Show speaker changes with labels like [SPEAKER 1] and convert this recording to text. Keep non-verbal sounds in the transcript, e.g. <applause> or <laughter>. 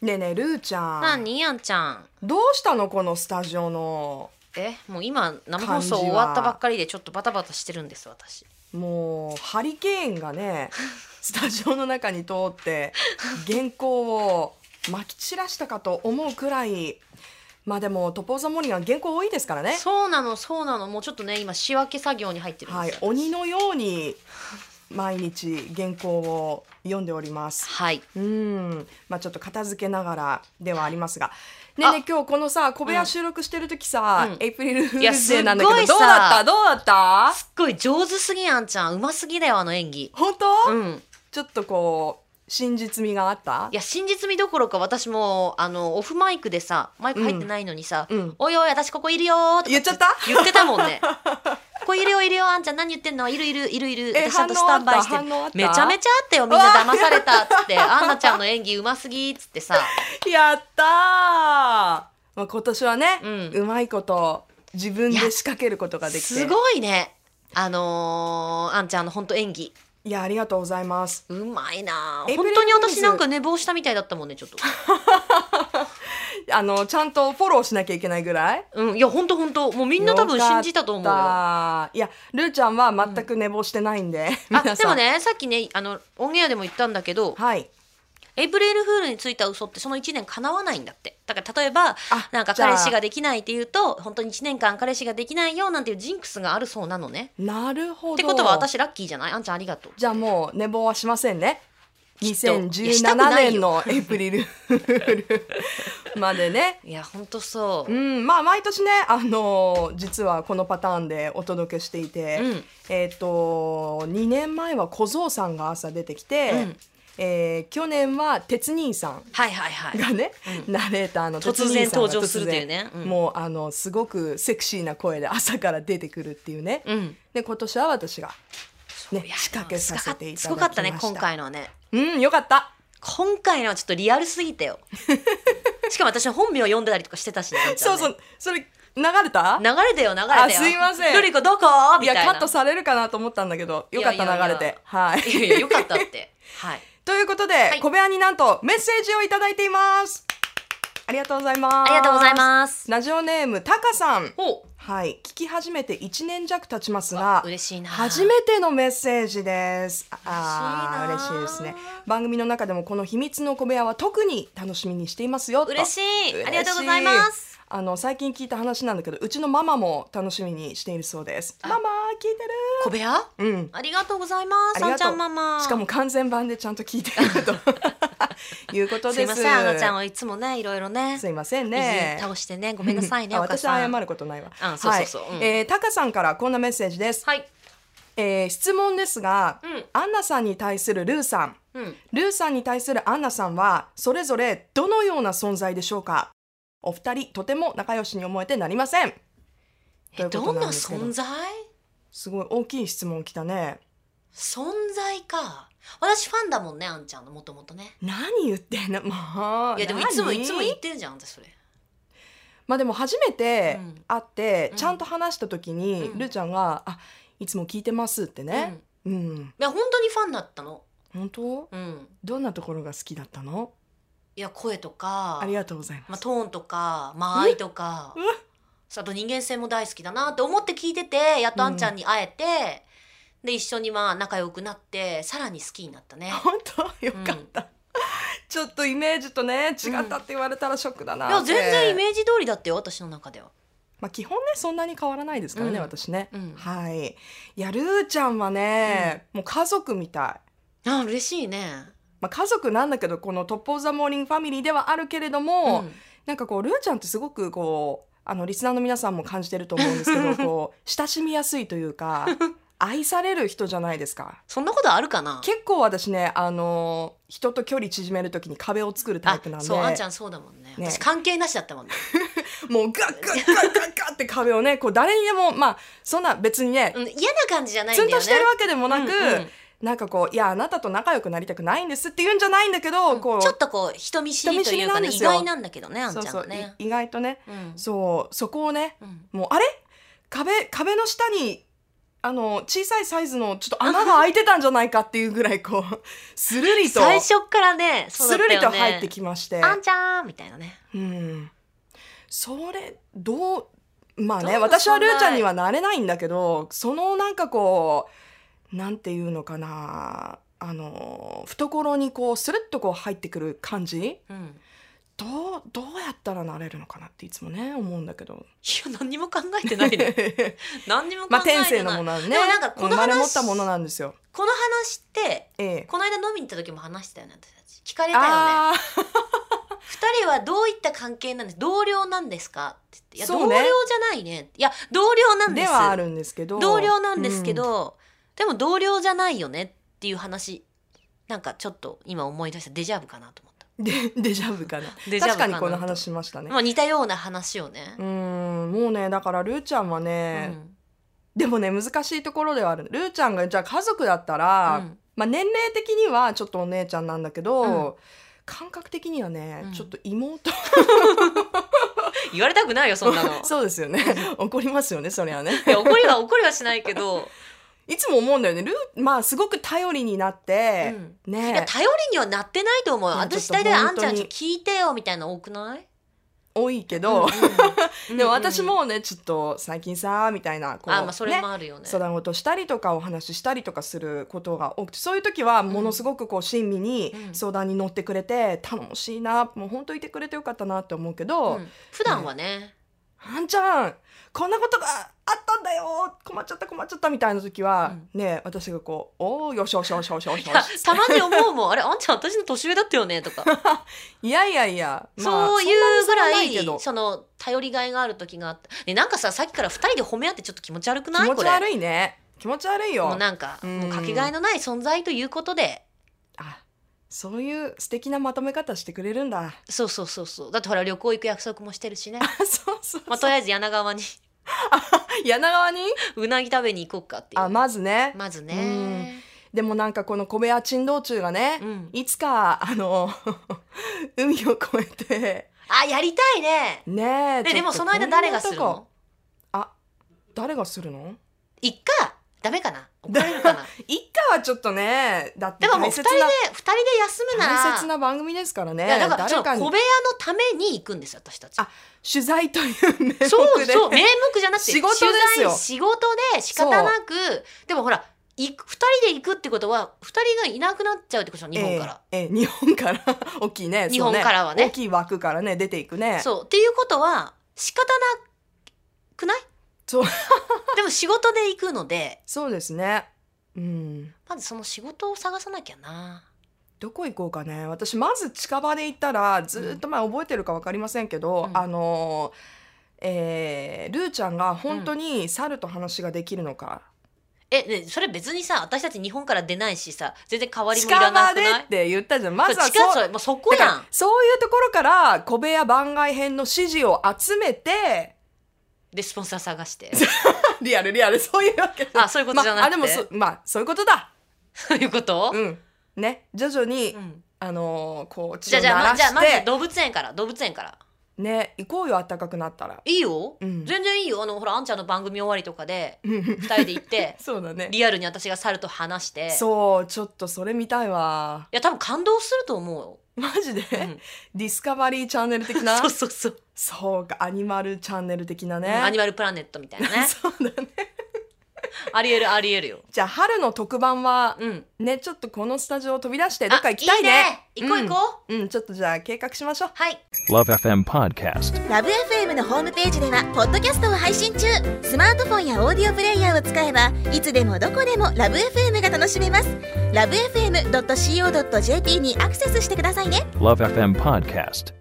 [SPEAKER 1] ねえねえルーちゃん
[SPEAKER 2] 何やんちゃん
[SPEAKER 1] どうしたのこのスタジオの
[SPEAKER 2] えもう今生放送終わったばっかりでちょっとバタバタしてるんです私
[SPEAKER 1] もうハリケーンが
[SPEAKER 2] <laughs>
[SPEAKER 1] ねスタジオの中に通って原稿をまき散らしたかと思うくらいまあでもトポーザモーニングは原稿多いですからね
[SPEAKER 2] そうなのそうなのもうちょっとね今仕分け作業に入ってるん
[SPEAKER 1] は
[SPEAKER 2] で
[SPEAKER 1] い
[SPEAKER 2] す、よ、
[SPEAKER 1] 鬼のように毎日原稿を読んでおります
[SPEAKER 2] はい、
[SPEAKER 1] うんまあちょっと片付けながらではありますがねえねえ今日このさ小部屋収録してる時さ、
[SPEAKER 2] うん
[SPEAKER 1] エイプリルフール
[SPEAKER 2] いや
[SPEAKER 1] デーなんだけど
[SPEAKER 2] す
[SPEAKER 1] ど
[SPEAKER 2] ご
[SPEAKER 1] う
[SPEAKER 2] いさ
[SPEAKER 1] だったどうだった
[SPEAKER 2] すっごい上手すぎやんちゃんうますぎだよあの演技
[SPEAKER 1] 本当、
[SPEAKER 2] うん
[SPEAKER 1] ちょっとこう真実味があった
[SPEAKER 2] いや真実味どころか私もあのオフマイクでさマイク入ってないのにさ「
[SPEAKER 1] うんうん
[SPEAKER 2] おいおい私ここいるよ」とか
[SPEAKER 1] 言っちゃった
[SPEAKER 2] 言ってたもん
[SPEAKER 1] <laughs>
[SPEAKER 2] ねここいるよいるよあんちゃん何言ってんのいるいるいるいる
[SPEAKER 1] え
[SPEAKER 2] 私ちゃんとスタンバイしてる
[SPEAKER 1] 反応あった
[SPEAKER 2] めちゃめちゃあったよみんな騙されたっつってアンナちゃんの演技うますぎっつってさ
[SPEAKER 1] やったー、まあ、今年はね、う
[SPEAKER 2] うん
[SPEAKER 1] まいこと自分で仕掛けることができて
[SPEAKER 2] すごいねあのー、あんちゃんの本当演技
[SPEAKER 1] いやありがとうございます
[SPEAKER 2] うまいな
[SPEAKER 1] エイ
[SPEAKER 2] 本
[SPEAKER 1] プリル
[SPEAKER 2] 当に
[SPEAKER 1] フール
[SPEAKER 2] 私
[SPEAKER 1] ズ
[SPEAKER 2] なんか寝坊したみたいだったもんねち
[SPEAKER 1] <laughs>
[SPEAKER 2] ょっと
[SPEAKER 1] あのちゃんとフォローしなきゃいけないぐらい
[SPEAKER 2] うんいや本当本当もうみんな多分信じたと思う
[SPEAKER 1] よ
[SPEAKER 2] よ
[SPEAKER 1] かったいやルーちゃんは全く寝坊してないんで、
[SPEAKER 2] あ
[SPEAKER 1] 皆
[SPEAKER 2] で
[SPEAKER 1] さ
[SPEAKER 2] も
[SPEAKER 1] ん
[SPEAKER 2] ねさっきねあのオンエアでも言ったんだけど
[SPEAKER 1] はい
[SPEAKER 2] エイプリルフールについた嘘ってその1年叶わないんだってだから例えば
[SPEAKER 1] あ
[SPEAKER 2] なんか
[SPEAKER 1] じゃあ
[SPEAKER 2] 彼氏ができないっていうと本当に1年間彼氏ができないよなんていうジンクスがあるそうなのね
[SPEAKER 1] なるほど
[SPEAKER 2] ってことは私ラッキーじゃないあんちゃんありがとう
[SPEAKER 1] じゃあもう寝坊はしませんね。
[SPEAKER 2] といやしたく
[SPEAKER 1] 2017
[SPEAKER 2] ない
[SPEAKER 1] 年
[SPEAKER 2] よ
[SPEAKER 1] のエイプリル <laughs> までね。、
[SPEAKER 2] いやほんとそううん
[SPEAKER 1] まあ毎年ね、あのー実はこのパターンでお届けしていて、
[SPEAKER 2] うん
[SPEAKER 1] えっ、と2年前は小僧さんが朝出てきて、
[SPEAKER 2] うん
[SPEAKER 1] えー去年は鉄兄さ
[SPEAKER 2] はいはい
[SPEAKER 1] ん
[SPEAKER 2] はい
[SPEAKER 1] がね、ナレーターの
[SPEAKER 2] 突然
[SPEAKER 1] 鉄兄さんが
[SPEAKER 2] 登場するというねうん
[SPEAKER 1] もうあのすごくセクシーな声で朝から出てくるっていうね。
[SPEAKER 2] うん
[SPEAKER 1] で今年は私がね
[SPEAKER 2] いや
[SPEAKER 1] 仕掛けさせていただきました。
[SPEAKER 2] すごかったね今回のはね
[SPEAKER 1] うん、よかった。
[SPEAKER 2] 今回のはちょっとリアルすぎた
[SPEAKER 1] <laughs>
[SPEAKER 2] よしかも私の本名を読んでたりとかしてたしねあんちゃん
[SPEAKER 1] そう
[SPEAKER 2] ね
[SPEAKER 1] そう、それ流れた
[SPEAKER 2] 流。れてよ流れてよ
[SPEAKER 1] あすいません
[SPEAKER 2] ルリコどこみ
[SPEAKER 1] い
[SPEAKER 2] た
[SPEAKER 1] や、
[SPEAKER 2] いな
[SPEAKER 1] カ
[SPEAKER 2] い
[SPEAKER 1] ットされるかなと思ったんだけど、よかった
[SPEAKER 2] いやいやい
[SPEAKER 1] 流
[SPEAKER 2] や
[SPEAKER 1] れて。はい。
[SPEAKER 2] いやいやよかったって
[SPEAKER 1] <laughs>
[SPEAKER 2] はい
[SPEAKER 1] ということで、
[SPEAKER 2] い
[SPEAKER 1] 小部屋になんとメッセージをいただいています。ありがとうございます。
[SPEAKER 2] ありがとうございます
[SPEAKER 1] ラジオネームタカさん。
[SPEAKER 2] お
[SPEAKER 1] はい、聞き始めて一年弱経ちますが、
[SPEAKER 2] 嬉しいな
[SPEAKER 1] 初めてのメッセージです。あー
[SPEAKER 2] 嬉
[SPEAKER 1] 嬉
[SPEAKER 2] しい
[SPEAKER 1] し
[SPEAKER 2] ない
[SPEAKER 1] ですね。番組の中でもこの秘密の小部屋は特に楽しみにしていますよ。と
[SPEAKER 2] 嬉しい
[SPEAKER 1] 嬉し
[SPEAKER 2] ありがとうございます。
[SPEAKER 1] あの最近聞いた話なんだけど、うちのママも楽しみにしているそうです。ママ聞い
[SPEAKER 2] 小部屋
[SPEAKER 1] てる。うん。
[SPEAKER 2] ありがとうございます
[SPEAKER 1] あり
[SPEAKER 2] あん
[SPEAKER 1] が
[SPEAKER 2] ちゃ
[SPEAKER 1] と
[SPEAKER 2] ん
[SPEAKER 1] う。
[SPEAKER 2] ママ
[SPEAKER 1] しかも完全版でちゃんと聞いてる
[SPEAKER 2] <laughs>
[SPEAKER 1] ということ
[SPEAKER 2] すい
[SPEAKER 1] です。
[SPEAKER 2] ませんあのちゃんはいつもねいろいろね
[SPEAKER 1] すいません
[SPEAKER 2] い
[SPEAKER 1] ね
[SPEAKER 2] じ。倒してねごめんなさい
[SPEAKER 1] <laughs>
[SPEAKER 2] ね
[SPEAKER 1] あ
[SPEAKER 2] お母
[SPEAKER 1] 私
[SPEAKER 2] さ
[SPEAKER 1] は謝
[SPEAKER 2] ん
[SPEAKER 1] ることないわ。
[SPEAKER 2] うんそうそうそう
[SPEAKER 1] はい
[SPEAKER 2] うん
[SPEAKER 1] えータカさんからこんなメッセージです。
[SPEAKER 2] はい
[SPEAKER 1] えー質問ですが、
[SPEAKER 2] うん
[SPEAKER 1] アンナさんに対するルーさん
[SPEAKER 2] うん
[SPEAKER 1] ルーさんに対するアンナさんはそれぞれどのような存在でしょうかお二人とても仲良しに思えてなりませんとい
[SPEAKER 2] え
[SPEAKER 1] うこ
[SPEAKER 2] ど
[SPEAKER 1] と
[SPEAKER 2] ん
[SPEAKER 1] な
[SPEAKER 2] なん
[SPEAKER 1] ですけど
[SPEAKER 2] 存在
[SPEAKER 1] すごい大きい質問来たね
[SPEAKER 2] 存在か私ファンだもんねあんちゃんのもともとね
[SPEAKER 1] 何言ってんのもう
[SPEAKER 2] い
[SPEAKER 1] い
[SPEAKER 2] やでもいつもいつも言
[SPEAKER 1] い
[SPEAKER 2] ってるじゃん私それ
[SPEAKER 1] まあでも初めて
[SPEAKER 2] うん
[SPEAKER 1] 会って、
[SPEAKER 2] うん
[SPEAKER 1] ちゃんと話した時に、
[SPEAKER 2] うん
[SPEAKER 1] ルーちゃんが「あいつも聞いてます」ってねうん、
[SPEAKER 2] いや本当にファンだったの
[SPEAKER 1] 本当
[SPEAKER 2] うん
[SPEAKER 1] どんなところが好きだったの
[SPEAKER 2] いや声とか
[SPEAKER 1] ありがとうございます、
[SPEAKER 2] まあ、トーンとか間合いとか
[SPEAKER 1] うん
[SPEAKER 2] そうあと人間性も大好きだなって思って聞いててやっとあんちゃんに会えて、で一緒にまあ仲良くなってさらに好きになったね。
[SPEAKER 1] 本当よかった、ちょっとイメージとね違ったって言われたらショックだなっ
[SPEAKER 2] い
[SPEAKER 1] て、
[SPEAKER 2] や全然イメージ通りだってよ私の中では。
[SPEAKER 1] まあ、基本ねそんなに変わらないですからね、
[SPEAKER 2] うん
[SPEAKER 1] 私ね、
[SPEAKER 2] うん
[SPEAKER 1] はいいやるーちゃんはね、もう家族みたい、
[SPEAKER 2] あ嬉しいね。
[SPEAKER 1] まあ、家族なんだけどこの「トップ・オブ・ザ・モーニング・ファミリー」ではあるけれども、
[SPEAKER 2] うん
[SPEAKER 1] なんかこうルーちゃんってすごくこうあのリスナーの皆さんも感じてると思うんですけ
[SPEAKER 2] <laughs>
[SPEAKER 1] どこう親しみやすいというか愛される人じゃないですか
[SPEAKER 2] そんなことあるかな
[SPEAKER 1] 結構私ねあの人と距離縮めるときに壁を作るタイ
[SPEAKER 2] あ
[SPEAKER 1] プなんで
[SPEAKER 2] そうあんちゃんそうだもんね
[SPEAKER 1] ね
[SPEAKER 2] 私関係なしだったもんね。
[SPEAKER 1] もうガッガッガッガッガッって壁をねこう誰にでもまあそんな別にね、
[SPEAKER 2] うん、嫌な感じじゃないん
[SPEAKER 1] ツ
[SPEAKER 2] だよ
[SPEAKER 1] ン
[SPEAKER 2] ね。
[SPEAKER 1] としてるわけでもなく、
[SPEAKER 2] うんうん
[SPEAKER 1] なんかこういやあなたと仲良くなりたくないんですって言うんじゃないんだけど、こう
[SPEAKER 2] ちょっとこう人見知りというかね
[SPEAKER 1] 人見
[SPEAKER 2] 意
[SPEAKER 1] 知りなんですよ
[SPEAKER 2] 外なんだけどねあんち
[SPEAKER 1] そう
[SPEAKER 2] ゃん
[SPEAKER 1] そ
[SPEAKER 2] は
[SPEAKER 1] う
[SPEAKER 2] ね。
[SPEAKER 1] い意外とね
[SPEAKER 2] うん
[SPEAKER 1] そうそこをね
[SPEAKER 2] うん
[SPEAKER 1] もうあれ壁壁の下にあの小さいサイズのちょっと穴が開いてたんじゃないかっていうぐらい
[SPEAKER 2] <laughs>
[SPEAKER 1] こうスルリと、
[SPEAKER 2] 最初っからねそうだ
[SPEAKER 1] ス
[SPEAKER 2] った
[SPEAKER 1] ル
[SPEAKER 2] よね
[SPEAKER 1] リと入ってきまして
[SPEAKER 2] あんちゃんみたいなね
[SPEAKER 1] うん、それどうまあね
[SPEAKER 2] どうか
[SPEAKER 1] 私は
[SPEAKER 2] そんな
[SPEAKER 1] ルーちゃんにはなれないんだけどそのなんかこうなんていうのかなあの懐にこうスルッとこう入ってくる感じ
[SPEAKER 2] うん
[SPEAKER 1] どうどうやったらなれるのかなっていつもね思うんだけど。
[SPEAKER 2] いや何にも考えてない
[SPEAKER 1] <laughs>
[SPEAKER 2] ね何にも考
[SPEAKER 1] まあ
[SPEAKER 2] えてない、
[SPEAKER 1] 天性のものなんでね
[SPEAKER 2] でもなんかこの話
[SPEAKER 1] 生まれ持ったものなんですよ。
[SPEAKER 2] この話って
[SPEAKER 1] ええ、
[SPEAKER 2] この間飲みに行った時も話したよね私たち聞かれたよね
[SPEAKER 1] ああ
[SPEAKER 2] 二人はどういった関係なんです同僚なんですかって言っていや、
[SPEAKER 1] そうね
[SPEAKER 2] 同僚じゃないねいや同僚なんで
[SPEAKER 1] ですはあるんですけど
[SPEAKER 2] 同僚なんですけ、ど、でも同僚じゃないよねっていう話なんかちょっと今思い出したデジャブかなと思った
[SPEAKER 1] うんで <laughs> デジャブかな
[SPEAKER 2] デジャブ
[SPEAKER 1] 確
[SPEAKER 2] か
[SPEAKER 1] か
[SPEAKER 2] な
[SPEAKER 1] に
[SPEAKER 2] と
[SPEAKER 1] この話しましたね
[SPEAKER 2] まあ似たような話をね
[SPEAKER 1] う、んもうねだからルーちゃんはね、でもね難しいところではあるルーちゃんがじゃあ家族だったら、
[SPEAKER 2] うん
[SPEAKER 1] まあ、年齢的にはちょっとお姉ちゃんなんだけど、
[SPEAKER 2] うん
[SPEAKER 1] 感覚的にはね、
[SPEAKER 2] うん
[SPEAKER 1] ちょっと妹
[SPEAKER 2] 言われたくないよそんな
[SPEAKER 1] <laughs>
[SPEAKER 2] の
[SPEAKER 1] そうですよね怒りますよねそれはね
[SPEAKER 2] いや怒りは怒りはしないけど、
[SPEAKER 1] いつも思うんだよねルーまあすごく頼りになって、
[SPEAKER 2] うんいや
[SPEAKER 1] ね
[SPEAKER 2] 頼りにはなってないと思う
[SPEAKER 1] いや
[SPEAKER 2] 私
[SPEAKER 1] ちょっ
[SPEAKER 2] 大
[SPEAKER 1] と
[SPEAKER 2] 体あんちゃん
[SPEAKER 1] 本当
[SPEAKER 2] ちょっ
[SPEAKER 1] に
[SPEAKER 2] と聞いてよみたいなの多くない
[SPEAKER 1] 多いけど、
[SPEAKER 2] うん
[SPEAKER 1] <laughs> でも私もねちょっと最近さみたいなこう、
[SPEAKER 2] あまあそれ
[SPEAKER 1] ね
[SPEAKER 2] もあるよね
[SPEAKER 1] 相談事したりとかお話ししたりとかすることが多くてそういう時はものすごくこう親身に
[SPEAKER 2] うん
[SPEAKER 1] 相談に乗ってくれて頼もしいなもう本当いてくれてよかったなって思うけど、
[SPEAKER 2] うん普段はね、
[SPEAKER 1] あんちゃんこんなことがあったんだよ困っちゃった困っちゃったみたいな時は、ね私がこう「おおよしよしよしよしよし
[SPEAKER 2] い
[SPEAKER 1] よ
[SPEAKER 2] や
[SPEAKER 1] し」
[SPEAKER 2] たまに思うもんあれあんちゃん私の年上だったよねとか、
[SPEAKER 1] いやいやいや、まあ
[SPEAKER 2] そういうぐら
[SPEAKER 1] そんなに
[SPEAKER 2] い
[SPEAKER 1] そんなないけど
[SPEAKER 2] その頼りがいがある時があった、ね、なんかささっきから二人で褒め合ってちょっと気持ち悪くない
[SPEAKER 1] 気持
[SPEAKER 2] こ
[SPEAKER 1] ち
[SPEAKER 2] れ
[SPEAKER 1] 悪いね気持ち悪い
[SPEAKER 2] も
[SPEAKER 1] よ
[SPEAKER 2] うなんか
[SPEAKER 1] うん
[SPEAKER 2] もうかけがえのない存在ということで
[SPEAKER 1] あそういう素敵なまとめ方してくれるんだ
[SPEAKER 2] そうそうそうそうだってほら旅行行く約束もしてるし <laughs> ね、
[SPEAKER 1] そうそうそう、
[SPEAKER 2] まあ、とりあえず柳川に
[SPEAKER 1] 柳川に
[SPEAKER 2] うなぎ食べに行こうかっていう
[SPEAKER 1] あまずね
[SPEAKER 2] まずね
[SPEAKER 1] でもなんかこの小部屋珍道中がね、
[SPEAKER 2] うん
[SPEAKER 1] いつかあの <laughs> 海を越えて
[SPEAKER 2] あやりたいね
[SPEAKER 1] ねえ
[SPEAKER 2] で
[SPEAKER 1] ちょっと
[SPEAKER 2] でもその間誰がする
[SPEAKER 1] こんなと
[SPEAKER 2] の
[SPEAKER 1] こあ誰がするの
[SPEAKER 2] いっかダメかな怒られ
[SPEAKER 1] <laughs>
[SPEAKER 2] るかな
[SPEAKER 1] 一家はちょっとねだって
[SPEAKER 2] でももう
[SPEAKER 1] 大
[SPEAKER 2] 二
[SPEAKER 1] 切
[SPEAKER 2] 人
[SPEAKER 1] な
[SPEAKER 2] で二人で休むなら
[SPEAKER 1] 大切な番組ですからね
[SPEAKER 2] いやだからちょ
[SPEAKER 1] 誰
[SPEAKER 2] っ
[SPEAKER 1] か
[SPEAKER 2] と小
[SPEAKER 1] に
[SPEAKER 2] 部屋のために行くんですよ私たち
[SPEAKER 1] あ。取材という名目で
[SPEAKER 2] そ
[SPEAKER 1] <laughs>
[SPEAKER 2] うそう名目じゃなくて
[SPEAKER 1] 仕事ですよ
[SPEAKER 2] 取材仕事で仕方なくでもほら行く二人で行くってことは二人がいなくなっちゃうってことでしょ日本から。
[SPEAKER 1] ええええ日本から <laughs> 大きいね
[SPEAKER 2] 日本からはね
[SPEAKER 1] そう大きい枠からね出ていくね
[SPEAKER 2] そうっていうことは仕方なくない
[SPEAKER 1] そう
[SPEAKER 2] <laughs> でも仕事で行くので
[SPEAKER 1] そうですねうん
[SPEAKER 2] まずその仕事を探さなきゃな。
[SPEAKER 1] どこ行こうかね私まず近場で行ったらずーっと前覚えてるか分かりませんけど、
[SPEAKER 2] うん
[SPEAKER 1] あのーえールーちゃんが本当に猿と話ができるのか、
[SPEAKER 2] え、ね、それ別にさ私たち日本から出ないしさ全然変わりもい
[SPEAKER 1] 近
[SPEAKER 2] らな
[SPEAKER 1] 場
[SPEAKER 2] く
[SPEAKER 1] で
[SPEAKER 2] な
[SPEAKER 1] っ
[SPEAKER 2] い
[SPEAKER 1] て言ったじゃんまずは
[SPEAKER 2] そう近いそ
[SPEAKER 1] そう
[SPEAKER 2] れもうそこ
[SPEAKER 1] だ
[SPEAKER 2] や
[SPEAKER 1] から
[SPEAKER 2] ん
[SPEAKER 1] そういうところから小部屋番外編の指示を集めて
[SPEAKER 2] でスポンサー探して
[SPEAKER 1] リアルリアルそういうわけ
[SPEAKER 2] あそういうことじゃなくて、
[SPEAKER 1] まあ、あでもそまあそういうことだ
[SPEAKER 2] <laughs> そういうこと、
[SPEAKER 1] うんね徐々に、
[SPEAKER 2] うん
[SPEAKER 1] あのーこう
[SPEAKER 2] じ
[SPEAKER 1] 血を
[SPEAKER 2] ゃあじゃ
[SPEAKER 1] 鳴
[SPEAKER 2] あ、ま
[SPEAKER 1] ら
[SPEAKER 2] じゃあま
[SPEAKER 1] して
[SPEAKER 2] ず動物園から動物園から
[SPEAKER 1] ね行こうよ暖かくなったら
[SPEAKER 2] いいよ、
[SPEAKER 1] うん
[SPEAKER 2] 全然いいよあのほらあんちゃんの番組終わりとかで
[SPEAKER 1] うん
[SPEAKER 2] 二人で行って
[SPEAKER 1] <laughs>
[SPEAKER 2] <laughs>
[SPEAKER 1] そうだね
[SPEAKER 2] リアルに私が猿と話してい
[SPEAKER 1] そうちょっとそれ見たいわ <laughs>
[SPEAKER 2] や多分感動すると思うよ、
[SPEAKER 1] マジで、
[SPEAKER 2] うん
[SPEAKER 1] ディスカバリーチャンネル的な
[SPEAKER 2] そうそうそう、
[SPEAKER 1] そうかアニマルチャンネル的なね、
[SPEAKER 2] うんアニマルプラネットみたいな
[SPEAKER 1] <laughs>
[SPEAKER 2] ね <laughs>
[SPEAKER 1] そうだね
[SPEAKER 2] ありえるありえるよ
[SPEAKER 1] じゃあ春の特番は
[SPEAKER 2] うん
[SPEAKER 1] ねちょっとこのスタジオを飛び出して
[SPEAKER 2] あ
[SPEAKER 1] どっか行きたいね
[SPEAKER 2] いね行こう行こう、
[SPEAKER 1] う、うん、ちょっとじゃあ計画しましょう
[SPEAKER 2] はい
[SPEAKER 3] Love FM Podcast.
[SPEAKER 4] ラブ f m のホームページではポッドキャストを配信中スマートフォンやオーディオプレイヤーを使えばいつでもどこでもラブ f m が楽しめますラブ FM.co.jp にアクセスしてくださいね
[SPEAKER 3] Love FM Podcast.